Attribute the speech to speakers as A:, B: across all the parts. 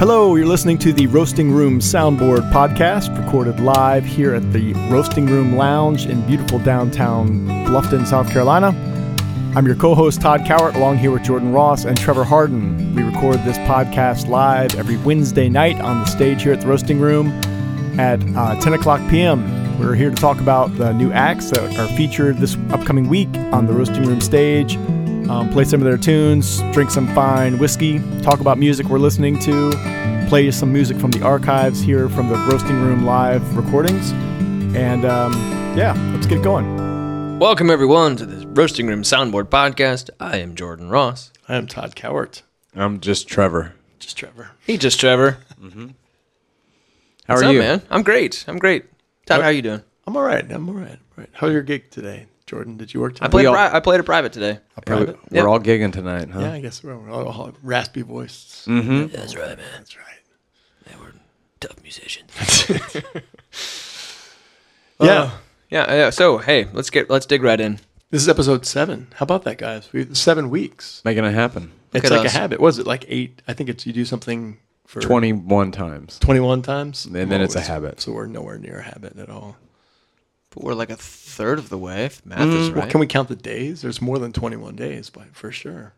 A: Hello, you're listening to the Roasting Room Soundboard podcast, recorded live here at the Roasting Room Lounge in beautiful downtown Bluffton, South Carolina. I'm your co host, Todd Cowart, along here with Jordan Ross and Trevor Harden. We record this podcast live every Wednesday night on the stage here at the Roasting Room at uh, 10 o'clock p.m. We're here to talk about the new acts that are featured this upcoming week on the Roasting Room stage, um, play some of their tunes, drink some fine whiskey, talk about music we're listening to, play some music from the archives here from the Roasting Room live recordings. And um, yeah, let's get going.
B: Welcome everyone to the Roasting Room Soundboard Podcast. I am Jordan Ross.
C: I am Todd Cowart.
D: I'm just Trevor.
C: Just Trevor.
B: Hey, just Trevor.
D: How
B: What's
D: are
B: up,
D: you,
B: man? I'm great. I'm great. Todd, how you doing?
C: I'm all right. I'm all right. I'm all right. How's your gig today, Jordan? Did you work today?
B: I played.
C: We
B: A
C: all-
B: pri- I played a private today.
D: Yeah, we-
C: Private?
D: We're
B: Yep.
D: all gigging tonight, huh?
C: yeah, I guess we're, we're all, all raspy voiced.
B: That's right, man.
C: That's right.
B: They were tough musicians.
C: Yeah.
B: yeah, yeah. So hey, let's get let's dig right in.
C: this is episode seven. How about that, guys? We seven weeks.
D: Making it happen.
C: It's
B: at
C: like
B: us.
C: a habit. Was it like eight? I think it's you do something for
D: 21 times.
C: 21 times, Oh,
D: And then it's a
C: it's-
D: habit.
C: So we're nowhere near a habit at all.
B: But we're like a third of the way. If math is
C: Well,
B: right.
C: can we count the days? There's more than 21 days, but for sure.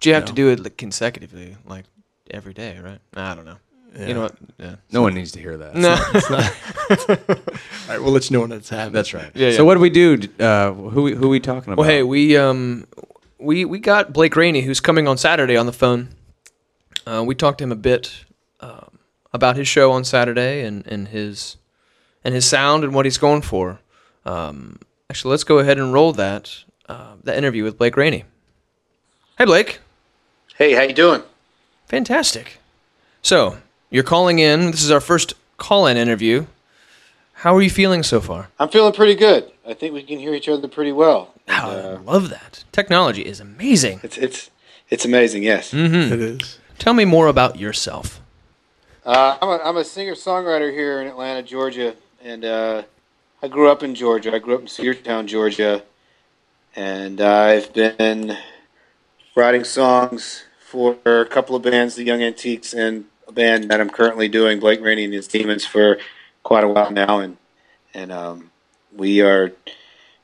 B: do you have to do it like, consecutively, like every day, right? I don't know. You know what? Yeah.
D: No one needs to hear that.
B: No.
C: All right, we'll let you know when it's a habit.
D: That's right.
B: Yeah, yeah.
D: So what do we do? Uh, who we, who we talking about?
B: Well, hey, we um, we we got Blake Rainey, who's coming on Saturday on the phone. Uh, we talked to him a bit um, about his show on Saturday and, and his and his sound and what he's going for. Um, actually, let's go ahead and roll that uh, that interview with Blake Rainey. Hey, Blake,
E: Hey, how you doing?
B: fantastic. So you're calling in. This is our first call-in interview. How are you feeling so far?
E: I'm feeling pretty good. I think we can hear each other pretty well.
B: I love that. Technology is amazing.
E: It's it's it's amazing. Yes,
C: It is.
B: Tell me more about yourself.
E: uh, I'm a, I'm a singer songwriter here in Atlanta, Georgia, and uh, I grew up in Georgia. I grew up in Cedartown, Georgia, and I've been writing songs for a couple of bands, the Young Antiques, and a band that I'm currently doing, Blake Rainey and his Demons, for quite a while now, and and um, we are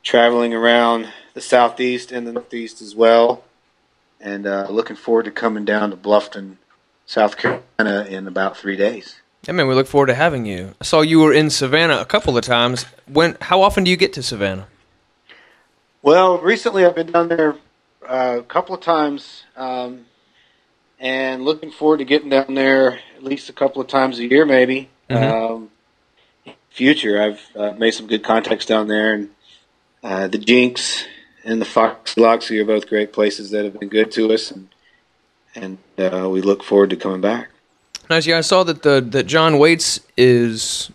E: traveling around the southeast and the northeast as well, and uh, looking forward to coming down to Bluffton, South Carolina, in about three days.
B: Yeah, man, we look forward to having you. I saw you were in Savannah a couple of times. When? How often do you get to Savannah?
E: Well, recently I've been down there uh, a couple of times, um, and looking forward to getting down there at least a couple of times a year, maybe. Um, future, I've uh, made some good contacts down there, and uh, the Jinx and the Fox Loxy are both great places that have been good to us, and and uh, we look forward to coming back.
B: Nice. Yeah, I saw that the that John Waits is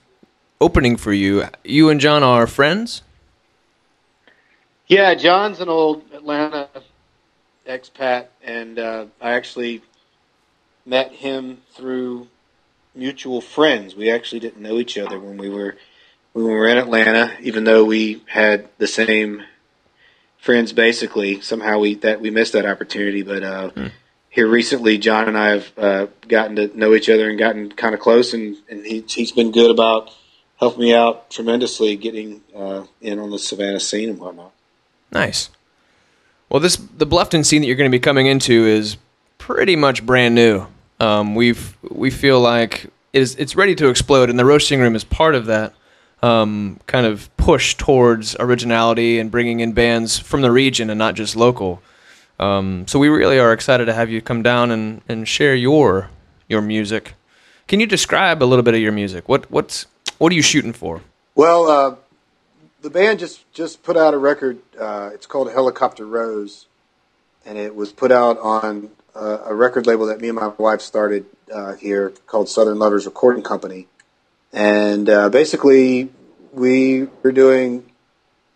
B: opening for you. You and John are friends.
E: Yeah, John's an old Atlanta expat, and uh, I actually met him through mutual friends. We actually didn't know each other when we were when we were in Atlanta, even though we had the same friends. Basically, somehow we that we missed that opportunity. But uh, here recently, John and I have uh, gotten to know each other and gotten kind of close, and and he, he's been good about helping me out tremendously getting uh, in on the Savannah scene and whatnot.
B: Nice. Well, this the Bluffton scene that you're going to be coming into is pretty much brand new. Um, we've we feel like it is it's ready to explode, and the roasting room is part of that um, kind of push towards originality and bringing in bands from the region and not just local. Um, so we really are excited to have you come down and, and share your your music. Can you describe a little bit of your music? What what's what are you shooting for?
E: Well, uh, the band just just put out a record. Uh, it's called Helicopter Rose, and it was put out on uh, a record label that me and my wife started uh, here called Southern Lovers Recording Company. And uh, basically, we were doing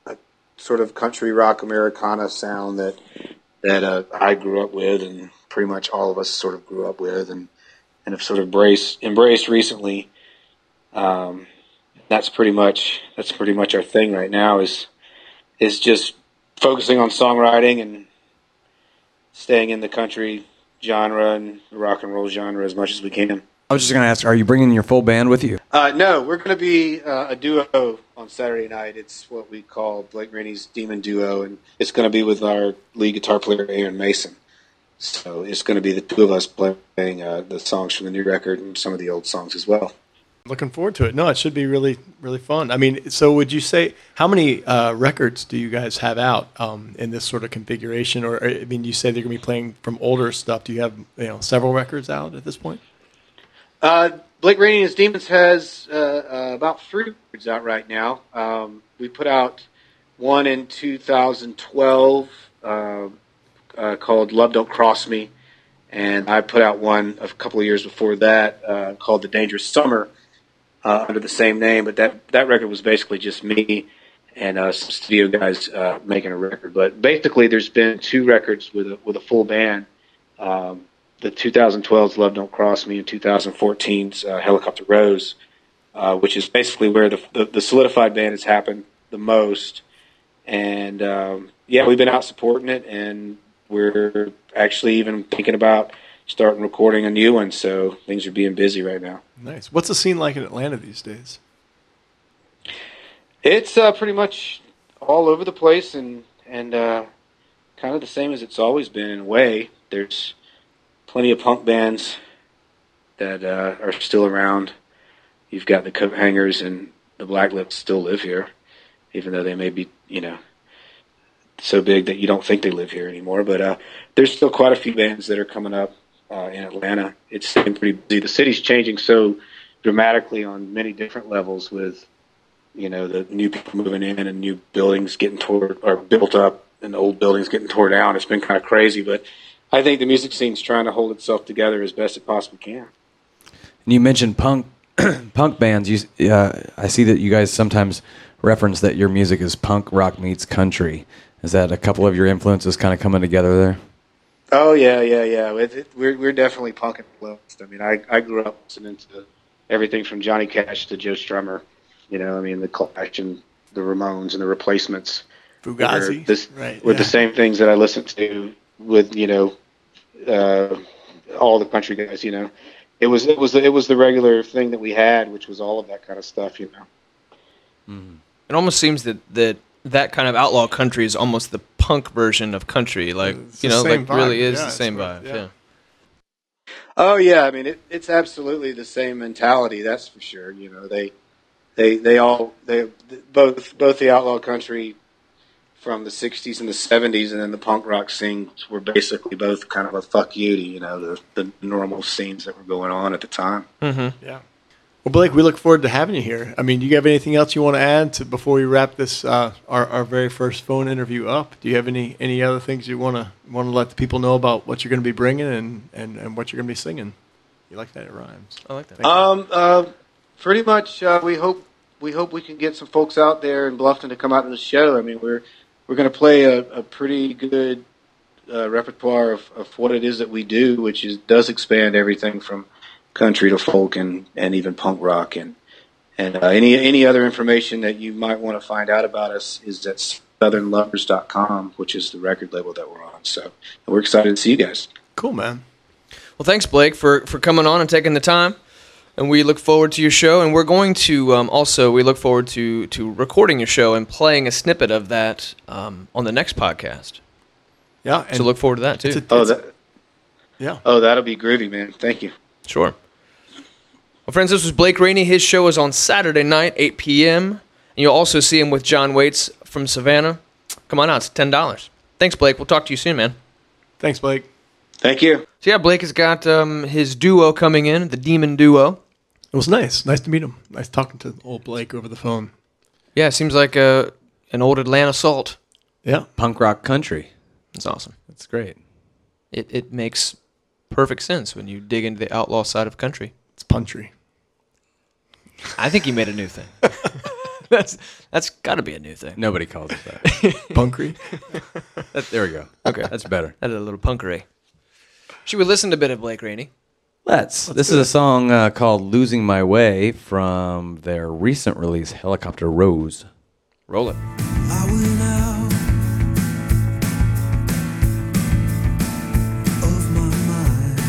E: a sort of country rock Americana sound that that uh, I grew up with, and pretty much all of us sort of grew up with, and and have sort of embraced embraced recently. Um, that's pretty much that's pretty much our thing right now is is just focusing on songwriting and staying in the country genre and the rock and roll genre as much as we can.
D: I was just gonna ask, are you bringing your full band with you?
E: Uh, no, we're going to be uh, a duo on Saturday night. It's what we call Blake Rennie's Demon Duo, and it's going to be with our lead guitar player Aaron Mason. So it's going to be the two of us playing uh, the songs from the new record and some of the old songs as well.
C: Looking forward to it. No, it should be really, really fun. I mean, so would you say how many uh, records do you guys have out um, in this sort of configuration? Or I mean, you say they're going to be playing from older stuff. Do you have you know several records out at this point?
E: Uh, Blake Rainey and his Demons has uh, uh, about three records out right now. Um, we put out one in 2012 uh, uh, called Love Don't Cross Me, and I put out one a couple of years before that uh, called The Dangerous Summer uh, under the same name. But that that record was basically just me and uh, some studio guys uh, making a record. But basically, there's been two records with a, with a full band. Um, the 2012's Love Don't Cross Me and 2014's uh, Helicopter Rose, uh, which is basically where the, the, the solidified band has happened the most. And um, yeah, we've been out supporting it, and we're actually even thinking about starting recording a new one. So things are being busy right now.
C: Nice. What's the scene like in Atlanta these days?
E: It's uh, pretty much all over the place, and and uh, kind of the same as it's always been in a way. There's plenty of punk bands that uh, are still around. You've got the coat hangers and the blacklips still live here, even though they may be you know so big that you don't think they live here anymore. But uh, there's still quite a few bands that are coming up uh, in Atlanta. It's staying pretty busy. The city's changing so dramatically on many different levels with you know the new people moving in and new buildings getting tore or built up and old buildings getting tore down. It's been kind of crazy, but I think the music scene's trying to hold itself together as best it possibly can.
D: And you mentioned punk punk bands. You, uh, I see that you guys sometimes reference that your music is punk rock meets country. Is that a couple of your influences kind of coming together there?
E: Oh yeah, yeah, yeah. It, it, we're we're definitely punk influenced. I mean, I I grew up listening to everything from Johnny Cash to Joe Strummer. You know, I mean, the Clash and the Ramones and the Replacements.
C: Fugazi,
E: were this-
C: right?
E: were
C: yeah.
E: the same things that I listened to with you know uh, all the country guys. You know, it was it was the, it was the regular thing that we had, which was all of that kind of stuff. You know,
B: It almost seems that that that kind of outlaw country is almost the punk version of country. Like
C: It's
B: you
C: the
B: know,
C: same
B: like really
C: vibe.
B: is
C: Yeah,
B: the
C: it's
B: same
C: what-
B: vibe.
C: yeah.
B: Yeah.
E: Oh yeah, I mean it, it's absolutely the same mentality. That's for sure. You know they they they all they both both the outlaw country from the '60s and the '70s, and then the punk rock scenes were basically both kind of a fuck you to you know the the normal scenes that were going on at the time.
B: Mm-hmm.
C: Yeah. Well, Blake, we look forward to having you here. I mean, do you have anything else you want to add to before we wrap this uh, our our very first phone interview up? Do you have any any other things you want to want to let the people know about what you're going to be bringing and and and what you're going to be singing? You like that it rhymes.
B: I like that.
E: Um, uh, pretty much. Uh, we hope we hope we can get some folks out there in Bluffton to come out to the show. I mean, we're we're going to play a, a pretty good uh, repertoire of, of what it is that we do, which is does expand everything from country to folk and, and even punk rock and and uh, any any other information that you might want to find out about us is at southernlovers.com, which is the record label that we're on. So we're excited to see you guys.
C: Cool, man.
B: Well, thanks, Blake, for, for coming on and taking the time. And we look forward to your show. And we're going to um, also we look forward to to recording your show and playing a snippet of that um, on the next podcast.
C: Yeah. And
B: So look forward to that too.
C: it's a-
E: Oh,
C: it's-
E: that,
C: yeah.
E: oh, that'll be groovy, man. Thank you.
B: sure. Well, friends, this was Blake Rainey. His show is on Saturday night, 8 p.m. And you'll also see him with John Waits from Savannah. Come on out, it's ten dollars. Thanks, Blake. We'll talk to you soon, man.
C: Thanks, Blake.
E: Thank you.
B: So yeah, Blake has got um, his duo coming in, the Demon Duo.
C: It was nice. Nice to meet him. Nice talking to old Blake over the phone.
B: Yeah, seems like uh an old Atlanta salt.
C: Yeah.
D: Punk rock country.
B: It's awesome.
D: That's great.
B: it, it makes perfect sense when you dig into the outlaw side of country.
C: It's punchy.
B: I think he made a new thing. that's that's got to be a new thing.
D: Nobody calls it that.
C: Punkery.
D: That- there we go. Okay, that's better.
B: That is a little punkery. Should we listen to a bit of Blake Rainey?
D: Let's. this is a song uh, called "Losing My Way" from their recent release, Helicopter Rose.
B: Roll it.
F: I went out of my mind.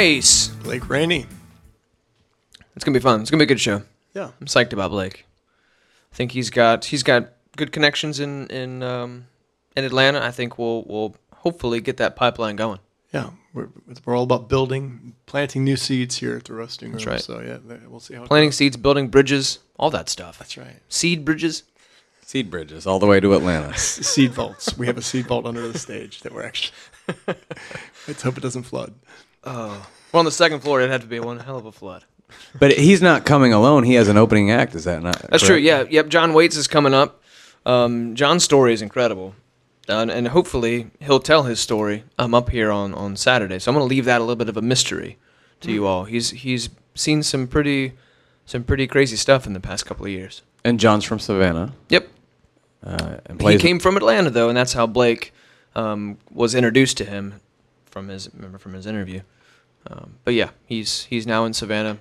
B: Nice.
C: Blake Rainey.
B: It's gonna be fun. It's gonna be a good show.
C: Yeah.
B: I'm psyched about Blake. I think he's got he's got good connections in in um, in Atlanta. I think we'll we'll hopefully get that pipeline going.
C: Yeah. We're, we're all about building, planting new seeds here at the Roasting Room.
B: right.
C: So, yeah, th- we'll see how it
B: Planting
C: goes.
B: seeds, building bridges, all that stuff.
C: That's right.
B: Seed bridges.
D: Seed bridges all the way to Atlanta.
C: S- Seed vaults. we have a seed vault under the stage that we're actually. Let's hope it doesn't flood.
B: We're on the second floor. It'd have to be one hell of a flood.
D: but he's not coming alone. He has an opening act. Is that not?
B: That's true. Yeah. Yep. John Waits is coming up. Um, John's story is incredible, Uh, and, and hopefully he'll tell his story. um, up here on on Saturday, so I'm going to leave that a little bit of a mystery to you all. He's he's seen some pretty some pretty crazy stuff in the past couple of years.
D: And John's from Savannah
B: Yep.
D: uh, and
B: He
D: plays.
B: came from Atlanta though, and that's how Blake um, was introduced to him from his remember from his interview. Um, but yeah, he's he's now in Savannah.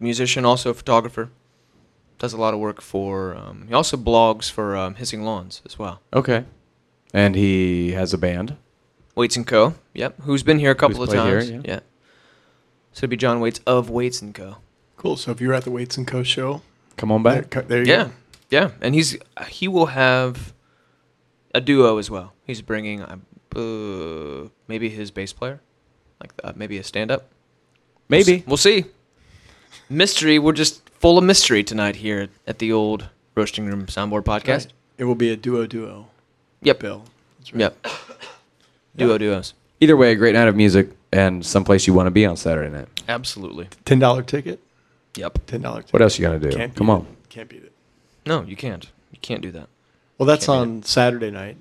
B: Musician, also photographer, does a lot of work for. Um, he also blogs for um, Hissing Lawns as well.
D: okay, and he has a band.
B: Waits and Co. Yep, who's been here a couple
D: Who's
B: of
D: played here,
B: times.
D: yeah.
B: yeah. So it'd be John Waits of Waits and Co.
C: Cool. So, if you were at the Waits and Co. show,
D: Come on
C: there,
D: back.
C: co- there you
B: Yeah,
C: go.
B: yeah, and he's he will have a duo as well. He's bringing uh, maybe his bass player, like uh, maybe a stand-up.
D: Maybe.
B: we'll see. Mystery. We're just full of mystery tonight here at the old roasting room soundboard podcast.
C: Right. It will be a duo duo
B: Yep.
C: bill. That's
B: Yep. duo duos.
D: Either way, a great night of music and someplace you want to be on Saturday night.
B: Absolutely.
C: Ten dollar ticket.
B: Yep.
C: Ten dollar ticket.
D: What else you gonna do?
C: Can't
D: Come
C: beat
D: on.
C: It. Can't beat it.
B: No, you can't. You can't do that.
C: Well, that's
B: Can't
C: on Saturday night,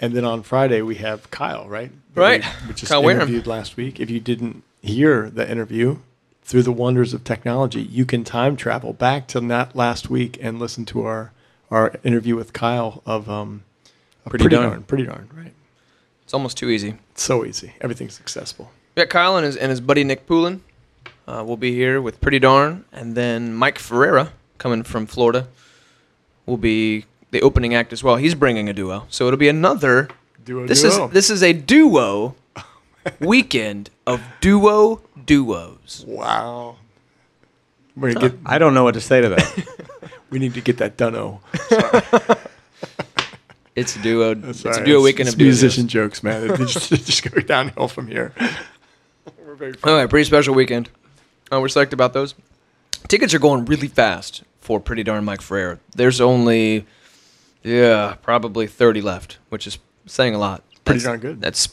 C: and then on Friday we have Kyle, right? That
B: Right.
C: We, we just
B: Kyle Wareham.
C: interviewed last week. If you didn't hear the interview, through the wonders of technology, you can time travel back to that last week and listen to our our interview with Kyle of um, of
D: Pretty Darn.
C: pretty darn, right?
B: It's almost too easy.
C: It's so easy. Everything's accessible.
B: We got Kyle and his, and his buddy Nick Poulin. Uh, will be here with Pretty Darn, and then Mike Ferreira coming from Florida will be the opening act as well. He's bringing a duo, so it'll be another.
C: Duo
B: This
C: duo.
B: is this is a duo weekend of duo duos.
C: Wow. We're gonna get,
D: I don't know what to say to that.
C: we need to get that done.
B: It's a duo. it's
C: Sorry,
B: a duo weekend
C: it's
B: of duo
C: musician
B: duos.
C: jokes, man. It's just, it's just going downhill from here. We're very
B: All right, pretty special weekend. Uh, we're psyched about those. Tickets are going really fast for Pretty Darn Mike Ferreira. There's only, yeah, probably 30 left, which is saying a lot.
C: Pretty
B: That's-
C: darn good.
B: That's,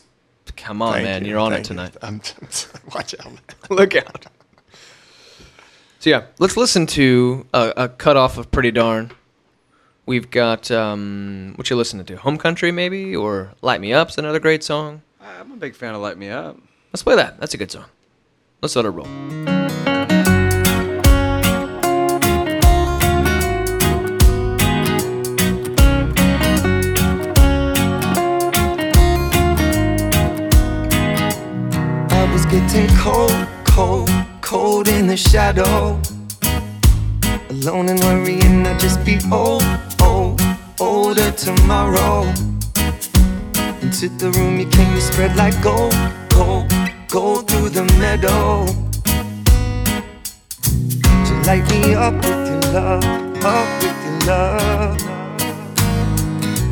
B: come on,
C: Thank
B: Oh, man,
C: you,
B: you're on
C: thank
B: it
C: you.
B: tonight.
C: I'm, I'm- watch out.
B: Look out. So yeah, let's listen to a, a cutoff of Pretty Darn. We've got um, what you listening to? Home Country maybe, or Light Me Up's another great song.
D: I'm a big fan of Light Me Up.
B: Let's play that. That's a good song. Let's let it roll.
F: I was getting cold, cold, cold in the shadow. Alone and worrying, I'd just be old, old, older tomorrow. Into the room you came, you spread like gold, gold, gold through the meadow. You light me up with your love, up with your love.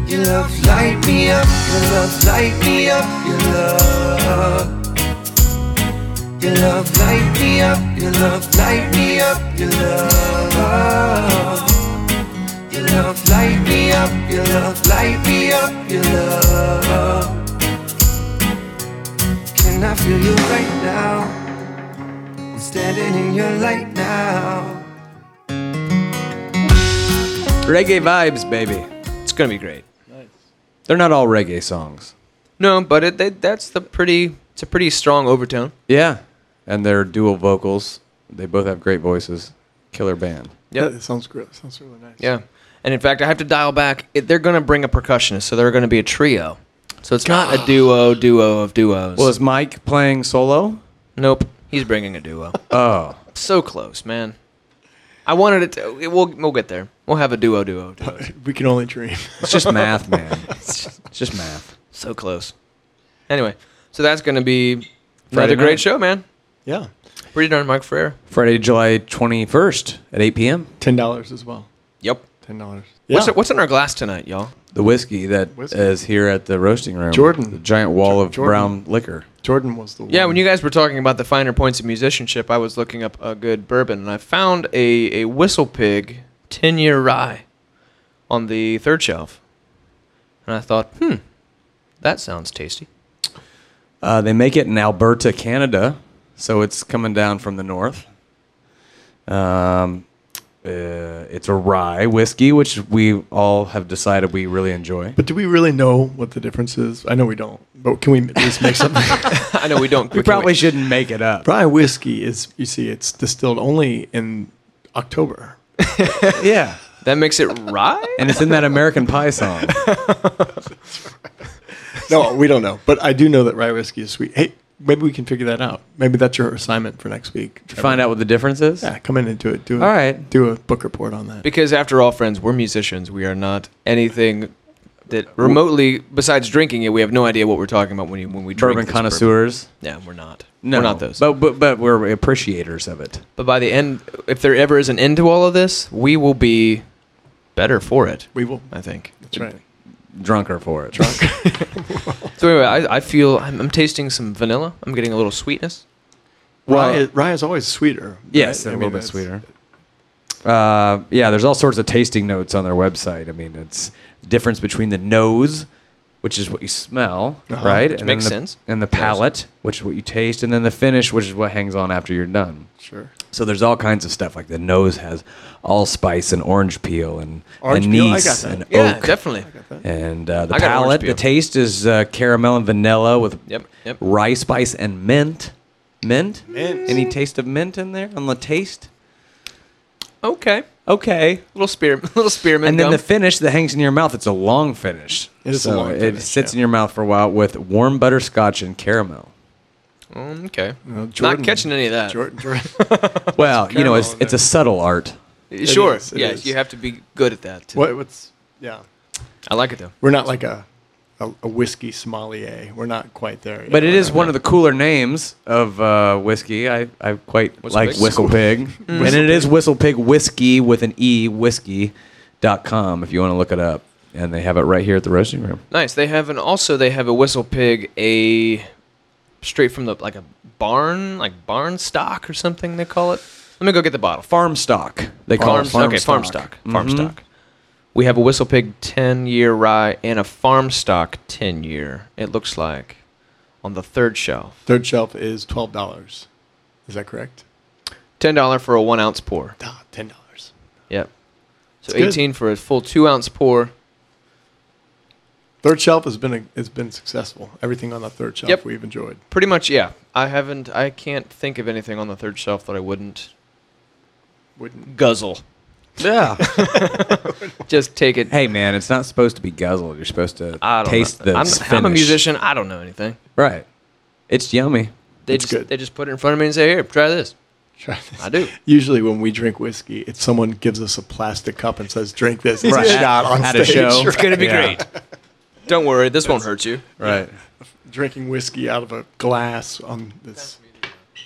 F: Your love light me up, your love light me up, your love. Your love light me up, your love light me up, your love. Your love light me up, your love light me up, your love. Can I feel you right now? I'm standing in your light now.
D: Reggae vibes, baby.
B: It's gonna be great.
D: They're not all reggae songs.
B: No, but it, they, that's the pretty. It's a pretty strong overtone.
D: Yeah, and they're dual vocals. They both have great voices. Killer band.
C: Yeah, it sounds great. Sounds really nice.
B: Yeah, and in fact, I have to dial back. It, they're gonna bring a percussionist, so they're gonna be a trio. So it's not a duo, duo of duos.
D: Well, is Mike playing solo?
B: nope, he's bringing a duo.
D: Oh,
B: so close, man. I wanted it to. It, we'll we'll get there. We'll have a duo, duo, duo.
C: We can only dream.
D: it's just math, man. It's just, it's just math.
B: so close. Anyway, so that's gonna be Another
D: Friday
B: great
D: night.
B: show, man.
C: Yeah,
B: Pretty darn Mike Frere.
D: Friday, July 21st at 8 p.m.
C: ten dollars as well.
B: Yep.
C: Ten dollars.
B: What's, what's in our glass tonight, y'all?
D: The whiskey that is
C: Whiskey.
D: here at the roasting room.
C: Jordan.
D: The giant wall of
C: Jordan.
D: brown liquor.
C: Jordan was the one.
B: Yeah, when you guys were talking about the finer points of musicianship, I was looking up a good bourbon, and I found a, a Whistle Pig 10 year rye on the third shelf. And I thought, hmm, that sounds tasty.
D: Uh, they make it in Alberta, Canada, so it's coming down from the north. Um, uh, it's a rye whiskey, which we all have decided we really enjoy.
C: But do we really know what the difference is? I know we don't. But can we at least make something?
B: I know we don't.
D: We probably shouldn't make it up.
C: Rye whiskey is you see, it's distilled only in October.
D: yeah,
B: That makes it rye?
D: and it's in that American Pie song.
C: No, we don't know. But I do know that rye whiskey is sweet. Hey, maybe we can figure that out. Maybe that's your assignment for next week. Trevor.
D: Find out what the difference is.
C: Yeah, come in and do it. Do it.
D: All right.
C: Do a book report on that.
B: Because after all, friends, we're musicians. We are not anything that remotely, besides drinking it, we have no idea what we're talking about when, you, when we drink.
D: Bourbon
B: this
D: connoisseurs.
B: bourbon. Yeah, we're not.
D: No,
B: We're not those.
D: But, but but we're appreciators of it.
B: But by the end, if there ever is an end to all of this, we will be better for it.
C: We will.
B: I think.
C: That's right.
D: Drunker for it. Drunk.
B: So anyway, I, I feel I'm, I'm tasting some vanilla. I'm getting a little sweetness.
C: Rye, is, rye is always sweeter.
D: Yes,
C: right?
D: they're
C: I
D: a
C: mean,
D: little bit
C: that's-
D: sweeter. Uh, yeah, there's all sorts of tasting notes on their website. I mean, it's difference between the nose, which is what you smell, right?
B: which
D: and
B: makes
D: then the,
B: sense.
D: And the palate, which is what you taste, and then the finish, which is what hangs on after you're done.
C: Sure.
D: So there's all kinds of stuff. Like the nose has allspice and orange peel and
C: Orange peel, I got
D: anise
C: that.
D: and
B: Yeah,
D: oak.
B: definitely.
D: And uh, the
B: I got orange
D: palate,
B: peel.
D: the taste is uh, caramel and vanilla with
B: Yep, yep.
D: rye spice and mint. Mint?
C: Mint.
D: Any taste of mint in there on the taste?
B: Okay,
D: Okay.
B: little spear, little spearmint.
D: And then
B: gum.
D: the finish that hangs in your mouth, it's a long finish.
C: It is a
D: So
C: long
D: it
C: finish,
D: sits
C: yeah.
D: in your mouth for a while with warm butterscotch and caramel.
B: Mm, okay,
C: Well, Jordan-
B: not catching any of that.
C: Jordan, Jordan.
D: Well, you know, it's,
C: caramel in
D: it's a subtle art.
B: Sure,
C: is, it
B: yeah,
C: is.
B: you have to be good at that. Too.
C: what, what's, yeah.
B: I like it though.
C: We're not like a, a, a whiskey sommelier. We're not quite there. Yet.
D: But it is one of the cooler names of uh, whiskey. I, I quite
B: Whistle
D: like
B: Pig. Mm.
D: Whistle Pig. and it is Whistle Pig Whiskey with an E, whiskey.com, if you want to look it up. And they have it right here at the roasting room.
B: Nice. They have an also they have a whistle pig a straight from the like a barn like barn stock or something they call it. Let me go get the bottle.
D: Farm stock. They call
B: farm,
D: it farm
B: okay,
D: stock.
B: farm stock. Farm
D: Mhm.
B: stock. We have a whistle pig ten year rye and a farm stock ten year. It looks like on the third shelf.
C: Third shelf is twelve dollars. Is that correct?
B: Ten dollar for a one ounce pour.
C: Ah, ten dollars.
B: Yep. So
C: good.
B: eighteen for a full two ounce pour.
C: Third shelf has been a, has been successful. Everything on the third shelf
B: Yep.
C: we've enjoyed.
B: Pretty much, yeah. I haven't. I can't think of anything on the third shelf that I wouldn't
C: Wouldn't
B: guzzle.
D: Yeah.
B: Just take it.
D: Hey man, it's not supposed to be guzzled. You're supposed to
B: I don't
D: taste
B: know.
D: the
B: I'm,
D: finish.
B: I'm a musician. I don't know anything.
D: right? It's yummy.
B: They
C: It's
B: just
C: good.
B: they just put it in front of me and say, "Here, try this."
C: try this.
B: I do.
C: Usually when we drink whiskey, it's someone gives us a plastic cup and says, "Drink this." It's a
D: Right.
C: shot on
D: At
C: stage.
D: a show.
B: It's gonna be
D: Yeah.
B: great. Don't worry, this won't hurt you.
D: Right.
C: Drinking whiskey out of a glass on this.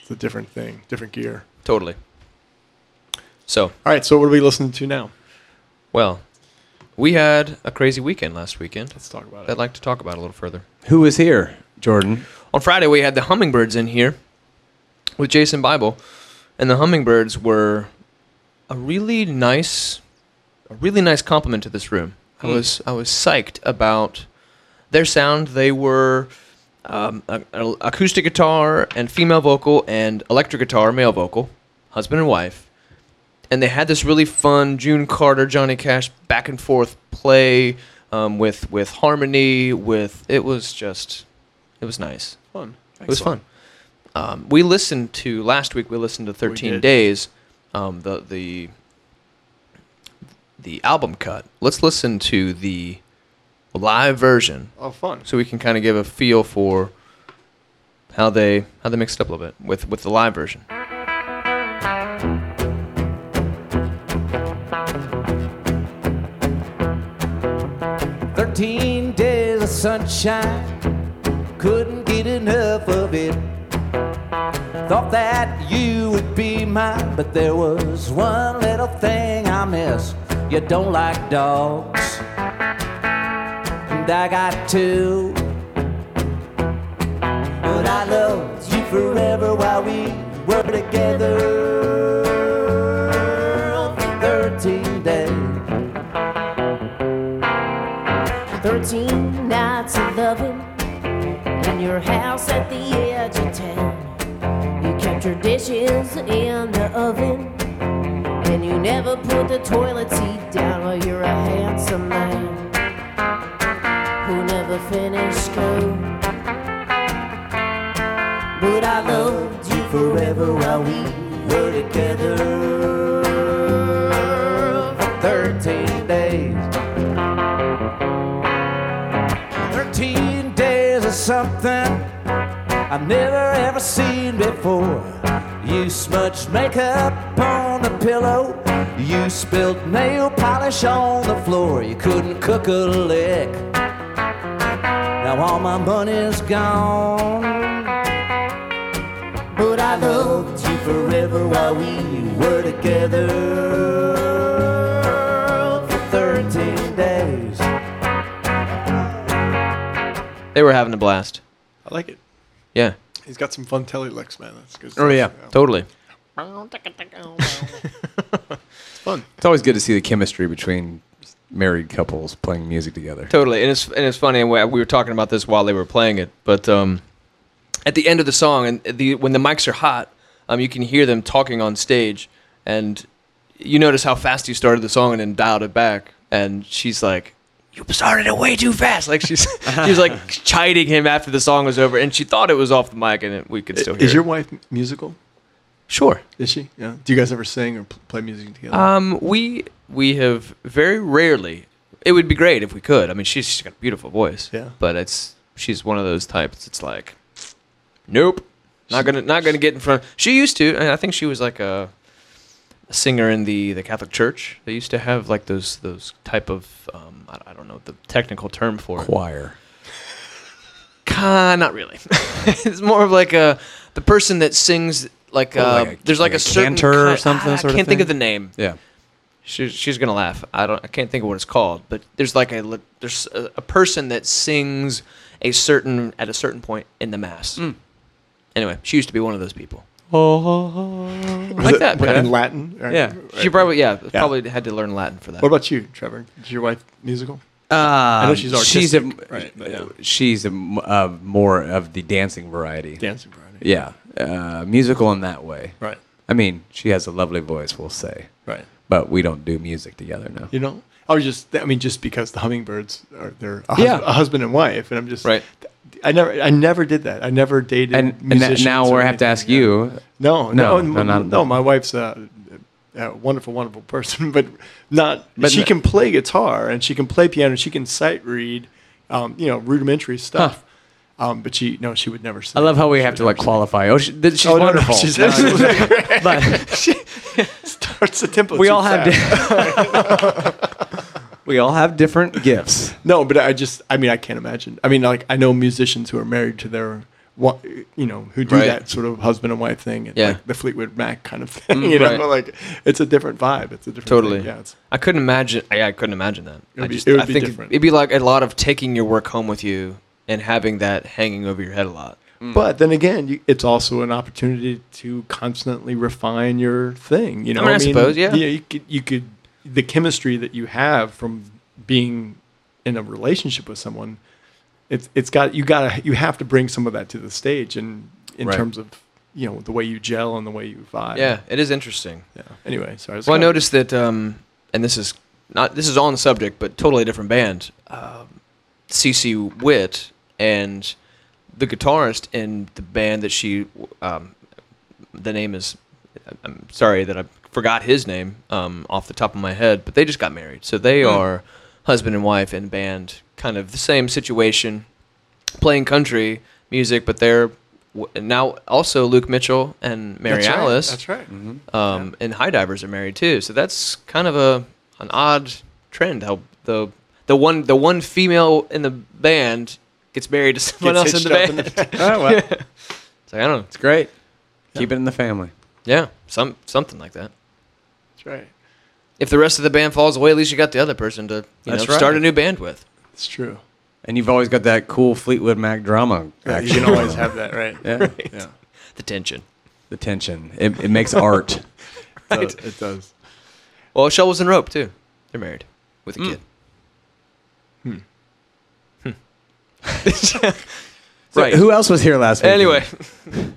C: It's a different thing, different gear.
B: Totally. So,
C: All right, so what are we listening to now?
B: well, we had a crazy weekend last weekend.
C: Let's talk about
B: that I'd
C: it.
B: like to talk about a little further.
D: Who was here, Jordan?
B: On Friday, we had the hummingbirds in here with Jason Bible, and the hummingbirds were a really nice, a really nice compliment to this room. I was I was psyched about their sound. They were um, a, a- acoustic guitar and female vocal, and electric guitar, male vocal, husband and wife. And they had this really fun June Carter, Johnny Cash back and forth play um, with with harmony. With it was just, it was nice.
C: Fun.
B: It was fun. Um, we listened to last week. We listened to Thirteen
C: did.
B: Days, um, the the the album cut. Let's listen to the live version,
C: Oh, fun.
B: so we can kind of give a feel for how they how they mixed it up a little bit with with the live version.
G: Thirteen days of sunshine, couldn't get enough of it.
H: Thought that you would be mine, but there was one little thing I missed. You don't like dogs, and I got two. But I loved you forever while we were together. for 13 days.
I: 13 nights of loving in your house at the edge of town. You kept your dishes in the oven and you never put the toilet seat down. Well, you're a handsome man who never finished school. But I loved you forever while we were together for
H: 13 days. 13 days of something I've never ever seen before. You smudged makeup on the pillow. You spilled nail polish on the floor. You couldn't cook a lick. Now all my money's gone. But I loved you forever while we were together. for 13 days.
B: They were having a blast.
C: I like it.
B: Yeah.
C: He's got some fun telly licks, man. That's good.
D: Oh,
C: stuff.
D: yeah.
B: Totally.
C: it's fun.
D: It's always good to see the chemistry between married couples playing music together.
B: Totally, and it's and it's funny. and We we were talking about this while they were playing it, but um, at the end of the song, and the when the mics are hot, um, you can hear them talking on stage, and you notice how fast you started the song and then dialed it back, and she's like. You started it way too fast. Like she's she's like chiding him after the song was over, and she thought it was off the mic, and it, we could still hear.
C: Is your
B: it.
C: wife m- musical?
B: sure?
C: Is she? Yeah. Do you guys ever sing or p- play music together?
B: Um, we we have very rarely. It would be great if we could. I mean, she's, she's got a beautiful voice.
C: Yeah.
B: But it's she's one of those types. It's like, nope, not gonna not gonna get in front. She used to, and I think she was like a, a singer in the the Catholic Church. They used to have like those those type of um, I, I don't know the technical term for it.
D: Choir.
B: Kind, not really. it's more of like a the person that sings like,
D: Oh,
B: uh,
D: like a-
B: there's like,
D: like
B: a,
D: a
B: certain
D: cantor or
B: kind-
D: something
B: I
D: sort of
B: can't think of the
D: thing?
B: name.
D: Yeah.
B: She's she's gonna laugh. I don't. I can't think of what it's called. But there's like a li- there's a, a person that sings a certain at a certain point in the mass.
C: Mm.
B: Anyway, she used to be one of those people.
C: Was
B: like
C: it
B: that,
C: in
B: yeah.
C: Latin? Or-
D: Yeah.
B: She probably yeah, probably had to learn Latin for that.
C: What about you, Trevor? Is your wife musical?
D: I
B: Uh,
C: know she's artistic,
D: Um, a,
C: right, but yeah.
D: she's a m uh, more of the dancing variety.
C: Dancing variety.
D: Yeah. Uh, musical in that way.
C: Right.
D: I mean, she has a lovely voice, we'll say.
C: Right.
D: But we don't do music together now.
C: You know, I was just, I mean, just because the hummingbirds are, they're a, hus-
D: Yeah.
C: a husband and wife. And I'm just,
B: Right.
C: I never, I never did that. I never dated.
D: And, and that-
C: musicians
D: now
C: or
D: we have to
C: anything,
D: ask
C: yeah.
D: you.
C: No,
D: No,
C: no, no,
D: no,
C: no,
D: not-
C: My wife's a, a wonderful, wonderful person, but not.
D: But
C: she
D: n-
C: can play guitar and she can play piano. and She can sight read, um, you know, rudimentary stuff. Um, but she, no, she would never. Sing.
D: I love how we
C: She
D: have
C: would
D: to like
C: never sing.
D: qualify. Oh, she, th- she's
C: Oh, no, no,
D: wonderful.
C: she's absolutely great.
D: But-
C: she starts the tempo.
D: we
C: too
D: all have
C: fast.
D: di- we all have different gifts.
C: No, but I just, I mean, I can't imagine. I mean, like, I know musicians who are married to their, wa- you know, who do
B: Right.
C: that sort of husband and wife thing, and
B: Yeah. Mm-hmm.
C: like the Fleetwood Mac kind of thing. You know,
B: right.
C: like it's a different vibe. It's a different
B: Totally.
C: Thing. Yeah, it's,
B: I couldn't imagine. I, I couldn't imagine that.
C: would
B: I
C: be-
B: just,
C: it would
B: I
C: be
B: think it'd-
C: different.
B: It'd be like a lot of taking your work home with you and having that hanging over your head a lot.
C: but then again, you, it's also an opportunity to constantly refine your thing. You know,
B: I mean, I suppose, yeah.
C: you could, you could, the chemistry that you have from being in a relationship with someone, it's it's got you gotta you have to bring some of that to the stage, and in
D: Right.
C: terms of you know the way you gel and the way you vibe.
B: Yeah, it is interesting.
C: Yeah. Anyway, sorry.
B: Well, I noticed that, um, and this is not this is on the subject, but totally different band. Um, CC Witt and the guitarist in the band that she, um, the name is, I'm sorry that I forgot his name um, off the top of my head, but they just got married, so they
C: Hmm.
B: are husband and wife in band, kind of the same situation, playing country music, but they're w- now also Luke Mitchell and Mary Alice
C: That's right.
B: um, and high divers are married too. So that's kind of a an odd trend. How the the one the one female in the band gets married to someone
C: Gets
B: else in the
C: hitched
B: band.
C: up in the-
D: Oh, well,
B: it's like I don't know.
D: it's great. Keep it in the family.
B: Yeah, some something like that.
C: That's right.
B: If the rest of the band falls away, at least you got the other person to you know,
D: That's right.
B: start a new band with.
C: It's true.
D: And you've always got that cool Fleetwood Mac drama.
C: Yeah, you
D: action
C: can always
D: going.
C: have that, right?
D: Yeah.
C: Yeah.
B: The tension.
D: the tension. It, it makes art.
C: It, does, it does.
B: Well, Shovels and Rope too. They're married with a kid. Hmm.
D: So
B: right.
D: Who else was here last week?
B: anyway,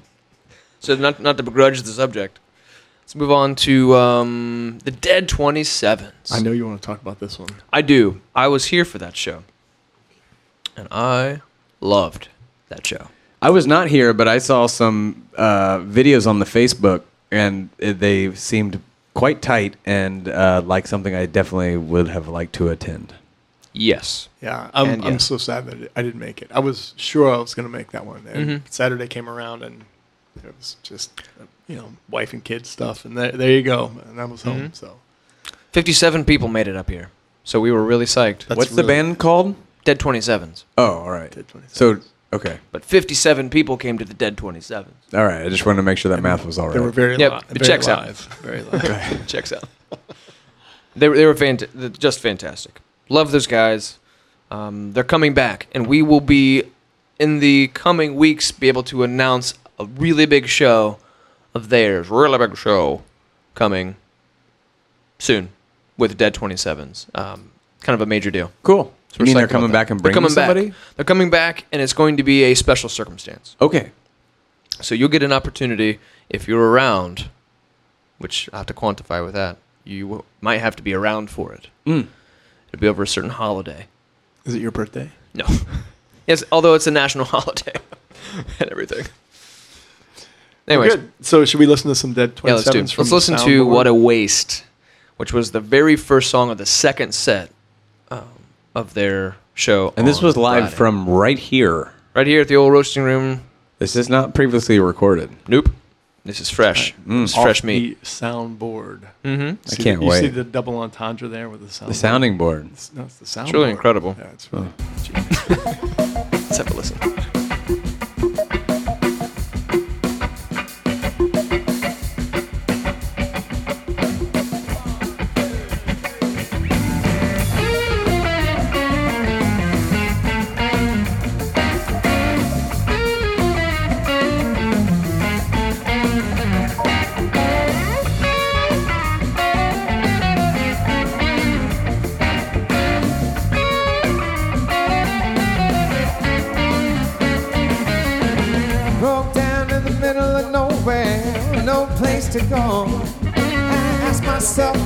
B: so not not to begrudge the subject. Let's move on to um, the Dead Twenty Sevens.
C: I know you want to talk about this one.
B: I do. I was here for that show, and I loved that show.
D: I was not here, but I saw some uh, videos on the Facebook, and it, they seemed quite tight and uh, like something I definitely would have liked to attend.
B: Yes.
C: Yeah, I'm,
B: And, Um, yeah.
C: I'm so sad that it- I didn't make it. I was sure I was going to make that one. And
B: Mm-hmm.
C: Saturday came around and it was just, you know, wife and kids stuff. And there, there you go. And I was home.
B: Mm-hmm.
C: So
B: Fifty-seven people made it up here, so we were really psyched.
C: That's
D: What's the
C: really-
D: band called?
B: Dead Twenty Sevens,
D: Oh, all right.
C: Dead 27.
D: So, okay.
B: but fifty-seven people came to the Dead Twenty Sevens.
D: All right. I just wanted to make sure that math was all
C: they were
D: right.
C: very,
B: Yep,
C: li-
B: it
C: very
B: checks out.
C: live. Very live.
B: It checks out. they were they were fant- th- just fantastic. Love those guys. Um, they're coming back, and we will be in the coming weeks be able to announce a really big show of theirs. Really big show coming soon with Dead Twenty Sevens. Um, kind of a major deal.
D: Cool.
B: So
D: You
B: we're
D: mean
B: psyched
D: they're
B: about
D: coming
B: that.
D: back and bringing
B: they're coming
D: somebody?
B: Back. They're coming back, and it's going to be a special circumstance.
D: Okay.
B: So you'll get an opportunity if you're around, which I have to quantify with that. You w- might have to be around for it.
D: Mm.
B: It'll be over a certain holiday.
C: Is it your birthday?
B: No. yes, although it's a national holiday and everything. Anyways,
C: Good. So should we listen to some Dead 27s
B: yeah, let's do. it.
C: from
B: Let's listen to
C: Soundboard?
B: "What a Waste," which was the very first song of the second set um, of their show.
D: And this
B: on
D: was live
B: Friday.
D: from right here.
B: right here at the old roasting room.
D: This is not previously recorded.
B: Nope, this is fresh.
D: Mm.
B: This is
C: Off
B: fresh meat. Hmm.
C: the soundboard.
D: I
C: See
D: can't
C: the, You
D: wait.
C: see the double entendre there with the sound.
D: The sounding board.
C: No, it's the sound.
B: really
C: board.
B: incredible.
C: Yeah, it's really.
B: Let's have a listen.
G: Broke down in the middle of nowhere, no place to go. I asked myself,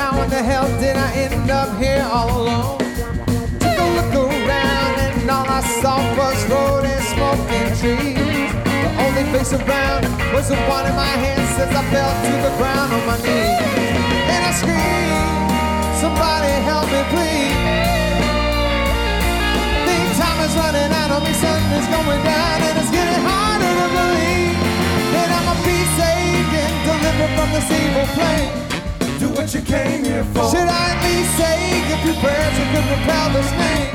G: how in the hell did I end up here all alone? Took a look around and all I saw was road and smoking trees. The only face around was the one in my hands as I fell to the ground on my knees. And I screamed, somebody help me please. Think time is running out on me, sun is going down, and it's getting harder to believe that I'ma be saved and delivered from this evil plane. Do what you came here for. Should I be saved if your prayers you could repel this name?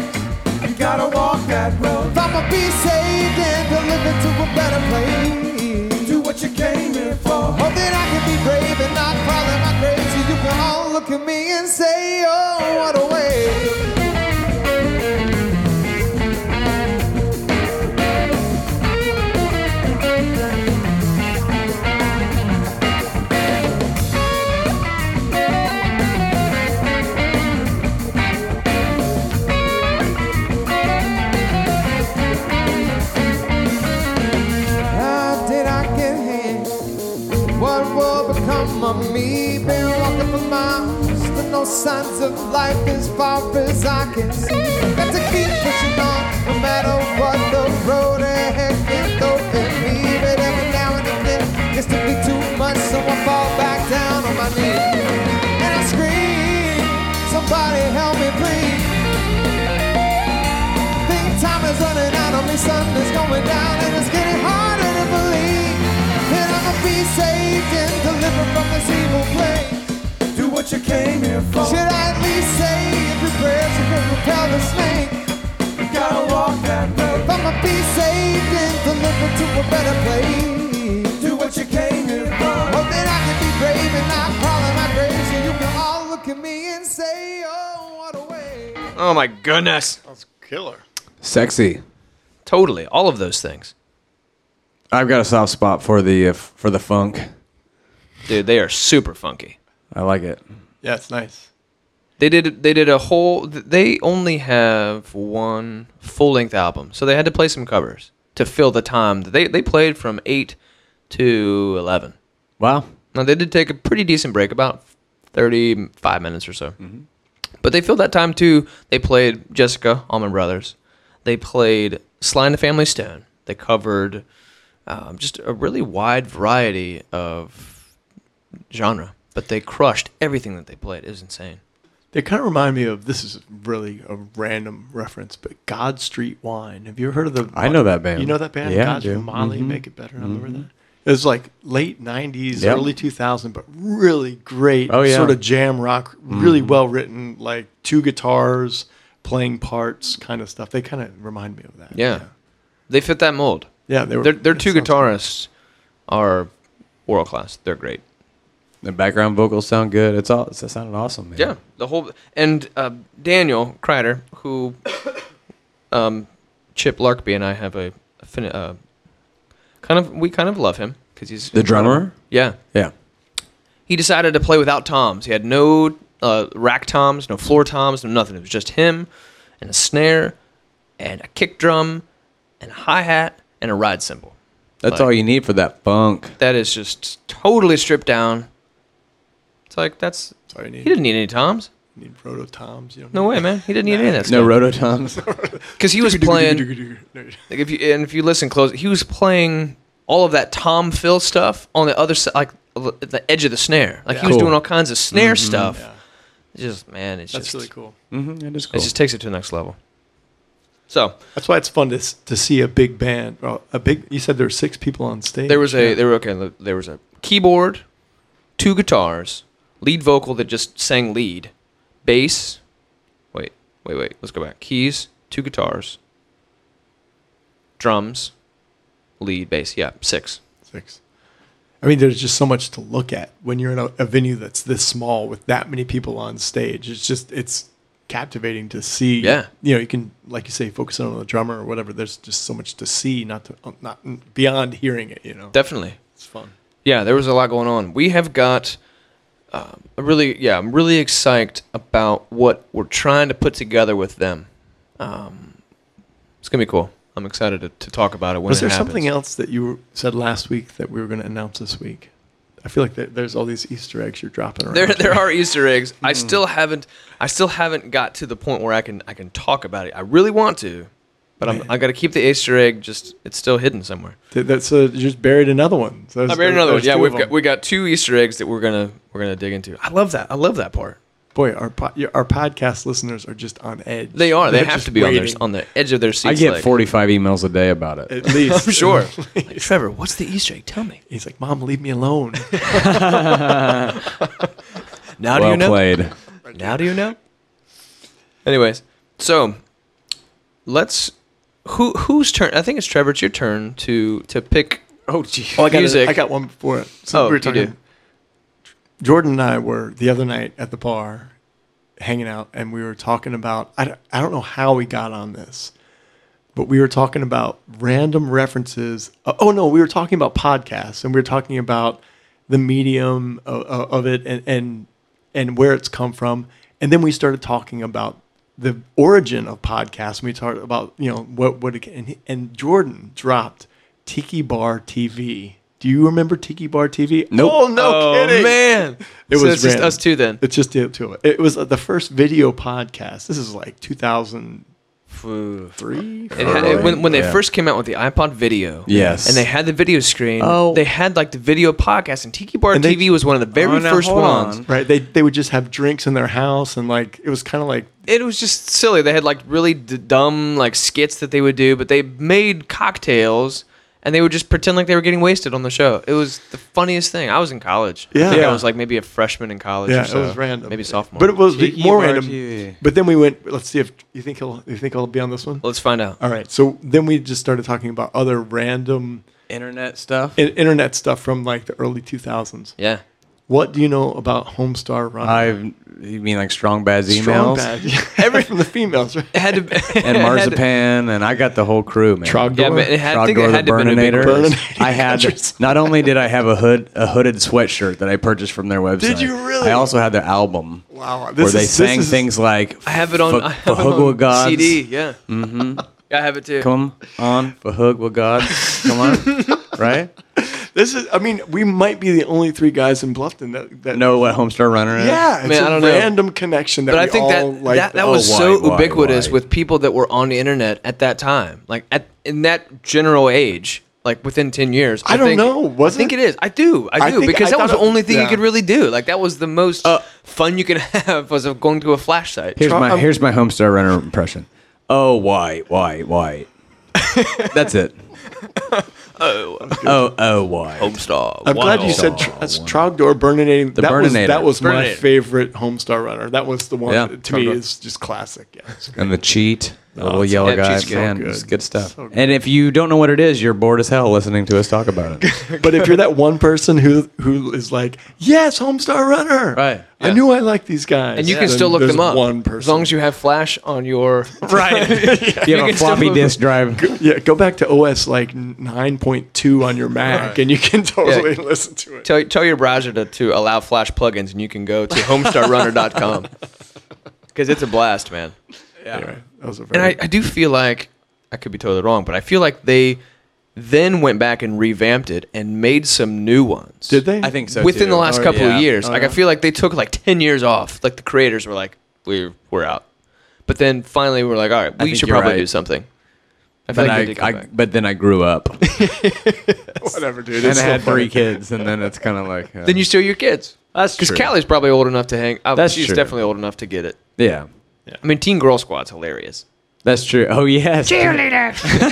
G: You gotta walk that road. If I'ma be saved and delivered to a better place. Do what you came here for. Hope that I can be brave and not crawl in my grave. So you can all look at me and say, oh, what a way. How did I get here? What will become of me? Been walking for miles, but no signs of life as far as I can see. Got to keep pushing on, no matter what the road ahead can throw at me. But every now and again, it's to be too much, so I fall back down on my knees. And I scream, somebody help me please. Think time is running out on me, sun is going down, and it's getting harder to believe that I'ma be saved and delivered from this evil place. Do what you came here for. Should I at least say if your prayers you can repel the snake? You gotta walk that road. If I'ma be saved and delivered to a better place. Do what you came Oh, oh.
B: Oh my goodness.
C: That's killer.
D: Sexy.
B: Totally. All of those things.
D: I've got a soft spot for the uh, f- for the funk.
B: Dude, they are super funky.
D: I like it.
C: Yeah, it's nice.
B: They did they did a whole they only have one full-length album. So they had to play some covers to fill the time. They they played from 8 to 11.
D: Wow.
B: Now they did take a pretty decent break, about thirty-five minutes or so.
C: Mm-hmm.
B: But they filled that time too. They played Jessica, Allman Brothers. They played Sly and the Family Stone. They covered um, just a really wide variety of genre, but they crushed everything that they played. It was insane.
C: They kind of remind me of this is really a random reference, but God Street Wine. Have you ever heard of the?
D: I know that band.
C: You know that band?
D: Yeah, I
C: God
D: do.
C: Street Molly,
B: Mm-hmm.
C: make it better. I remember that. It was like late '90s,
D: Yep.
C: early 2000, but really great.
D: Oh, yeah.
C: sort of jam rock, really
B: Mm-hmm.
C: well written, like two guitars playing parts, kind of stuff. They kind of remind me of that.
B: Yeah, they fit that mold.
C: yeah. They were,
B: Their their two
C: that sounds-
B: guitarists are world class. They're great.
D: Mm-hmm. The background vocals sound good. It's all. It sounded awesome. Man.
B: Yeah, the whole and uh, Daniel Kreider, who um, Chip Larkby and I have a, affini- uh, kind of we kind of love him because he's
D: The drummer.
B: Yeah,
D: Yeah.
B: he decided to play without toms. He had no uh, rack toms, no floor toms, no nothing. It was just him and a snare and a kick drum and a hi hat and a ride cymbal.
D: That's
B: Like-
D: all you need for that funk.
B: That is just totally stripped down. It's like that's
C: Sorry, I
B: he
C: need,
B: didn't need any toms.
C: need proto toms. You don't
B: No
C: need-
B: way, man. He didn't need any of that
D: No
B: stuff.
D: rototoms.
B: Because he was playing
C: No, you-
B: Like if you and if you listen close, he was playing all of that Tom Phil stuff on the other side, like l- at the edge of the snare. Like he was
D: Cool.
B: doing all kinds of snare stuff.
C: Mm-hmm. Yeah.
B: It's just man, it's
C: That's
B: just
C: really cool.
D: mm-hmm, it is
B: it
D: cool.
B: just takes it to the next level. So
C: That's why it's fun to s- to see a big band. Well, a big. You said there were six people on stage.
B: there was a there were okay there was a keyboard, two guitars, lead vocal that just sang lead, bass. Wait wait wait. Let's go back. Keys, two guitars, drums, lead, bass. Yeah, six.
C: six. I mean, there's just so much to look at when you're in a, a venue that's this small with that many people on stage. It's just it's captivating to see.
B: Yeah.
C: You know, you can like you say focus on the drummer or whatever. There's just so much to see, not to um, not beyond hearing it. You know,
B: Definitely.
C: it's fun.
B: Yeah, there was a lot going on. We have got um, a really, yeah, I'm really excited about what we're trying to put together with them. Um, it's gonna be cool. I'm excited to, to talk about it when
C: Was
B: it
C: there
B: happens.
C: something else that you were- said last week that we were going to announce this week? I feel like there, there's all these Easter eggs you're dropping around.
B: There, there are Easter eggs.
C: Hmm.
B: I still haven't, I still haven't got to the point where I can, I can talk about it. I really want to, but I'm, I got to keep the Easter egg. Just, it's still hidden somewhere.
C: Th- That's so you just buried another one. So
B: I
C: there's-
B: buried another one.
C: there's
B: Yeah,
C: two
B: we've
C: of
B: got,
C: them.
B: we got two Easter eggs that we're gonna, we're gonna dig into. I love that. I love that part.
C: boy, our po- your- our podcast listeners are just on edge.
B: They are. They
C: They're
B: have
C: just
B: to be on
C: waiting.
B: their, on the edge of their seats.
D: I get
B: like-
D: 45 emails a day about it.
C: At least,
B: I'm sure. Like, Trevor, what's the Easter egg? Tell me.
C: He's like, "Mom, leave me alone."
B: Now do
D: well
B: you know?
D: played.
B: Now do you know? Anyways, so let's who whose turn? I think it's Trevor. It's your turn to to pick.
D: Oh, gee.
C: Oh, I got.
B: Music.
C: I got one before it.
B: Oh, you do.
C: Jordan and I were the other night at the bar, hanging out, and we were talking about. I don't, I don't know how we got on this, but we were talking about random references. Uh, oh no, we were talking about podcasts, and we were talking about the medium of, of it and and and where it's come from, and then we started talking about the origin of podcasts. And we talked about you know what what it, and, he- and Jordan dropped Tiki Bar TV. Do you remember Tiki Bar TV?
D: Nope.
C: Oh no kidding.
B: man,
C: It
B: So
C: was
B: it's just
C: random.
B: us two then.
C: It's just the two. It was the first video podcast. This is like 2003.
B: It had- it- when when they first came out with the iPod Video,
D: Yes.
B: and they had the video screen.
D: Oh.
B: they had like the video podcast, and Tiki Bar
C: And they-
B: TV was one of the very
D: Oh, now
B: first
D: hold
B: ones.
D: on.
C: Right? They they would just have drinks in their house and like it was kind of like
B: It was just silly. They had like really d- dumb like skits that they would do, but they made cocktails and they would just pretend like they were getting wasted on the show. It was the funniest thing. I was in college. I,
C: Yeah.
B: think I
C: Yeah.
B: was like maybe a freshman in college.
C: yeah,
B: or so.
C: it was random.
B: Maybe sophomore.
C: But it was
D: Tiki
C: more
D: Bar
C: random.
D: TV.
C: But then we went. Let's see if you think he'll you think he'll be on this one.
B: Let's find out.
C: All right. So then we just started talking about other random
D: internet stuff.
C: i- internet stuff from like the early 2000s.
B: Yeah.
C: What do you know about Homestar
B: Uh,
C: Runner?
D: I you mean like strong bads
C: Strong
D: emails
C: bad. Every from the females, right?
B: It had to be,
D: and
B: it had to-
D: marzipan and I got the whole crew man.
C: Trogdor.
B: Yeah, but it had, I think it
D: Trogdor
B: had
D: the
B: to be a big
D: Burninator.
B: purchase.
C: Burninator.
D: I had not only did I have a hood a hooded sweatshirt that I purchased from their website.
C: you really?
D: I also had their album.
C: wow,
D: where
C: this
D: they
C: is, this
D: sang
C: is-
D: things like
B: I have it on, I have it
D: Fahugwa
B: on
D: Gods.
B: CD. Yeah. Mm-hmm. I have it too.
D: Come on, Fahugwa Gods. Come on. right?
C: This is. I mean, we might be the only three guys in Bluffton that that
D: Know what Homestar Runner is?
C: Yeah, it's
B: Man,
C: a
B: I don't know.
C: random connection that
B: But I
C: we
B: think
C: all
B: that,
C: like.
B: that that
D: Oh,
B: was
D: why,
B: so
D: why,
B: ubiquitous
D: why?
B: with people that were on the internet at that time, like at in that general age, like within ten years.
C: I don't
B: think-
C: know, was
B: I think
C: it?
B: it is. I do. I
C: I
B: do
C: think-
B: because
C: I
B: that was the
C: thought it-
B: only thing
C: yeah.
B: you
C: Uh,
B: could really do. Like that was the most fun you could have was of going to a flash site.
D: Here's my
C: I'm-
D: here's my Homestar Runner impression. Oh, why, why, why? That's it. oh, oh, oh, why?
B: Homestar.
C: I'm glad you said tr- that's Trogdor Burninator. that was
D: Burninator.
C: that was my
B: Burninator.
C: favorite Homestar Runner. That was the one
D: Yeah,
C: that, to me
D: Trogdor.
C: is just classic. Yeah, it's great.
D: and the cheat, the little yellow
B: yeah,
D: guy.
B: cheat's so
D: man,
C: good.
D: it's good stuff.
C: So good.
D: And if you don't know what it is, you're bored as hell listening to us talk about it.
C: but if you're that one person who who is like, yes, Homestar Runner,
D: Right,
C: I
D: yeah.
C: knew I liked these guys,
B: and you
C: then
B: can still look
C: there's
B: them up
C: One person,
B: as long as you have flash on your
D: you have
B: can
D: a
B: still
D: floppy
B: move-
D: disk drive.
C: yeah, go back to OS like 9.2 on your Mac, and you can totally listen to it.
B: tell, tell your browser to, to allow flash plugins and you can go to homestarrunner.com because it's a blast man
C: Anyway, that was a
B: and I,
C: very
B: I do feel like i could be totally wrong but i feel like they then went back and revamped it and made some new ones
C: did they?
D: I think so.
B: within
D: too.
B: the last
D: Or-
B: couple
D: yeah.
B: of years like i feel like they took like 10 years off like the creators were like we're, we're out but then finally we we're like all right we
D: think
B: should
D: you're
B: probably
D: right.
B: do something i feel
D: But,
B: like they did
D: I,
B: come
D: I,
B: back.
D: but then I grew up
C: whatever, dude.
D: and
C: It's so
D: I had
C: funny.
D: three kids, and then it's kind of like uh,
B: then you steal your kids
D: That's
B: because
D: true.
B: Callie's probably old enough to hang. Uh,
D: That's
B: she's
D: true.
B: definitely old enough to get it.
D: yeah,
B: I mean, Teen Girl Squad's hilarious.
D: that's true. Oh yes,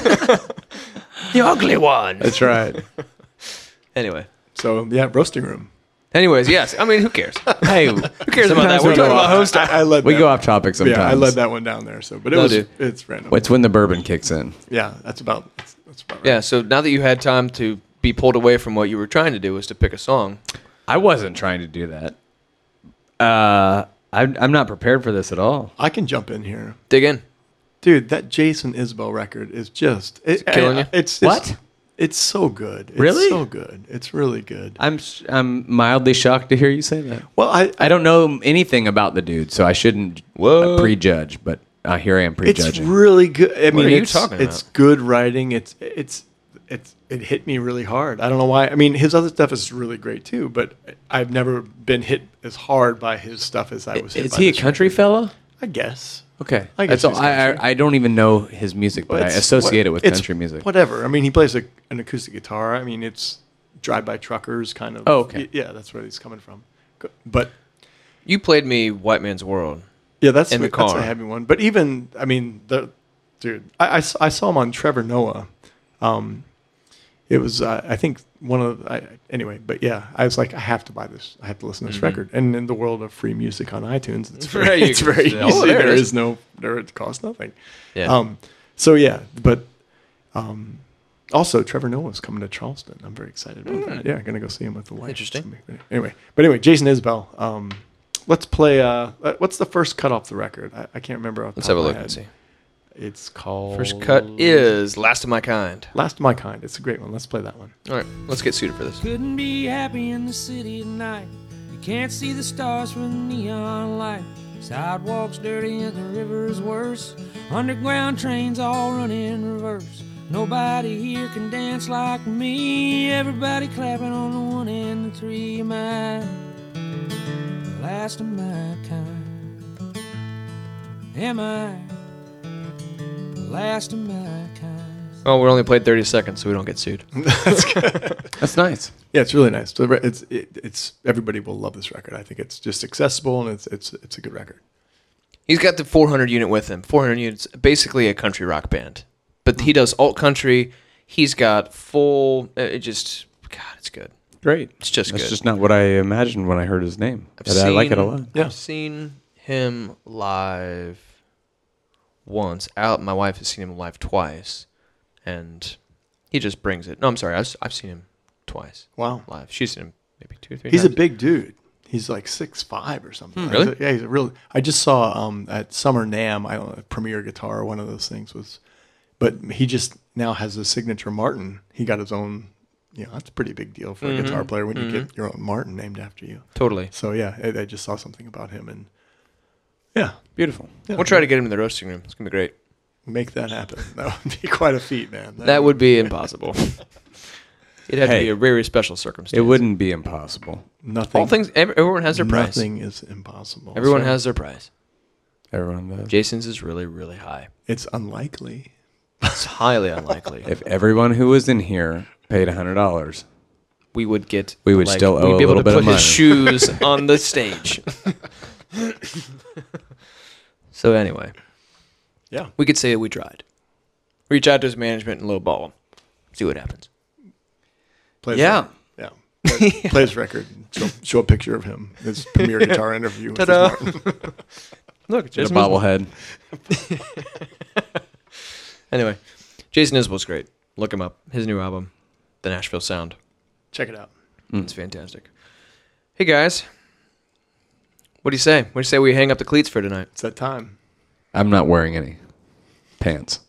B: The ugly one.
D: that's right.
B: Anyway.
C: So yeah, roasting room.
B: Anyways, yes. I mean, who cares?
D: Hey,
B: Who cares about that? We're talking about host.
C: I, I led
D: we
C: that
D: go off topic sometimes.
C: Yeah, I led that one down there. So, but it
B: No,
C: was
B: dude.
C: it's random.
D: It's when the bourbon kicks in.
C: Yeah, that's about that's, that's about right.
B: Yeah. So now that you had time to be pulled away from what you were trying to do, was to pick a song.
D: I wasn't trying to do that. Uh, I'm, I'm not prepared for this at all.
C: I can jump in here,
B: Dig in.
C: dude. That Jason Isbell record is just it,
B: killing
C: I-
B: you?
C: It's, it's
D: What?
C: It's so good. It's
D: Really?
C: so good. It's really good.
D: I'm s- I'm mildly shocked to hear you say that.
C: Well, I,
D: I don't know anything about the dude, so I shouldn't uh, prejudge. But uh, here I am
C: it's
D: prejudging.
C: really good. I mean,
B: are you
C: it's,
B: talking
C: It's good writing. It's it's it's it hit me really hard. I don't know why. I mean, his other stuff is really great too, but I've never been hit as hard by his stuff as I was. hit
D: Is
C: by
D: he a
C: this
D: country fella?
C: record. I guess.
D: Okay,
C: I guess
D: That's all-
C: he's
D: I,
C: country.
D: I I don't even know his music, but I
C: It's
D: associate it with
C: what- it's
D: country music.
C: Whatever. I mean, he plays a, an acoustic guitar. I mean, it's drive by truckers kind of.
D: Oh, okay.
C: y- Yeah, that's where he's coming from. Go- But
B: You played me White Man's World.
C: yeah, that's
B: In the
C: that's a
B: car.
C: heavy one. But even I mean, the dude, I, I s- I saw him on Trevor Noah. Um, it was uh, I think one of the, I, anyway, but yeah, I was like, I have to buy this. I have to listen to this record. And in the world of free music on iTunes, it's
B: Mm-hmm. There
C: very,
B: you
C: it's
B: go.
C: very easy.
B: Oh, there it
C: there
B: is.
C: is no there it costs nothing.
B: Yeah.
C: Um, so yeah, but um, also Trevor Noah's coming to Charleston. I'm very excited about that. Yeah, gonna go see him with the wife. It's
B: Hmm. Interesting.
C: gonna be great. Anyway, but anyway, Jason Isbell. Um, let's play. Uh, uh, what's the first cut off the record? I, I can't remember. off the
B: Let's
C: top
B: have a
C: of my
B: look and
C: head.
B: see.
C: It's called
B: First cut is Last of My Kind.
C: Last of My Kind. It's a great one. Let's play that one.
B: All right, let's get suited for this.
J: Couldn't be happy in the city at night. You can't see the stars from the neon light. Sidewalks dirty and the river's worse. Underground trains all run in reverse. Nobody here can dance like me. Everybody clapping on the one and the three. My last of my kind. Am I last of my kind?
B: Oh, we only played 30 seconds, so we don't get sued.
D: That's nice.
C: Yeah, it's really nice. So the re- It's it, it's everybody will love this record. I think it's just accessible and it's it's it's a good record.
B: He's got the 400 unit with him. 400 units, basically a country rock band, but he does alt country. He's got full. uh, It just, God, it's good.
D: Great.
B: It's just
D: That's
B: good.
D: just not what I imagined when I heard his name. but I like it a lot.
C: Yeah.
B: I've seen him live once. Out, my wife has seen him live twice, and he just brings it. No, I'm sorry, I've, s- I've seen him twice
C: Wow.
B: live. She's seen him maybe two or three.
C: He's a
B: times.
C: big dude. He's like six five or something.
B: Hmm, really?
C: He's a- yeah, he's a real. I just saw um, at Summer Nam, I don't know, Premier Guitar, one of those things was, but he just now has a signature Martin. He got his own. You know, that's a pretty big deal for a
B: Mm-hmm.
C: guitar player when you get your own Martin named after you.
B: totally
C: So yeah, I, I just saw something about him and yeah,
D: Beautiful.
B: We'll try to get him in the roasting room. It's gonna be great.
C: make that happen. That would be quite a feat, man.
B: That would be impossible. It'd have to
D: Hey.
B: be a very special circumstance.
D: It wouldn't be impossible.
C: nothing.
B: All things. ev- Everyone has their price.
C: nothing is impossible.
B: Everyone
C: So
B: has their price.
D: Everyone does.
B: Jason's is really, really high.
C: It's unlikely.
B: It's highly unlikely.
D: If everyone who was in here paid hundred dollars,
B: we would get
D: We would still owe
B: we'd be
D: a
B: able
D: little
B: to
D: bit
B: put
D: of
B: his
D: money.
B: shoes on the stage. so anyway,
C: Yeah.
B: we could say that we tried. Reach out to his management and lowball him. See what happens.
C: Plays
D: Yeah.
C: record. Yeah. Play, play his record. Show, show a picture of him. His premier guitar interview. With his
B: Ta-da.
C: Martin.
B: Look,
D: get a
B: Jason. Isbell.
D: bobblehead.
B: Anyway, Jason Isbell's great. Look him up. His new album, The Nashville Sound.
C: Check it out.
D: Mm.
B: It's fantastic. Hey guys, what do you say? What do you say we hang up the cleats for tonight?
C: It's that time.
D: I'm not wearing any pants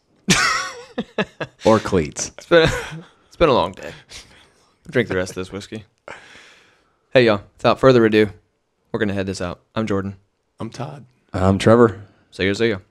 D: or cleats.
B: It's been a, it's been a long day. Drink the rest of this whiskey. Hey y'all, without further ado, we're gonna head this out. I'm Jordan.
C: I'm Todd.
D: I'm Trevor.
B: See you, see ya.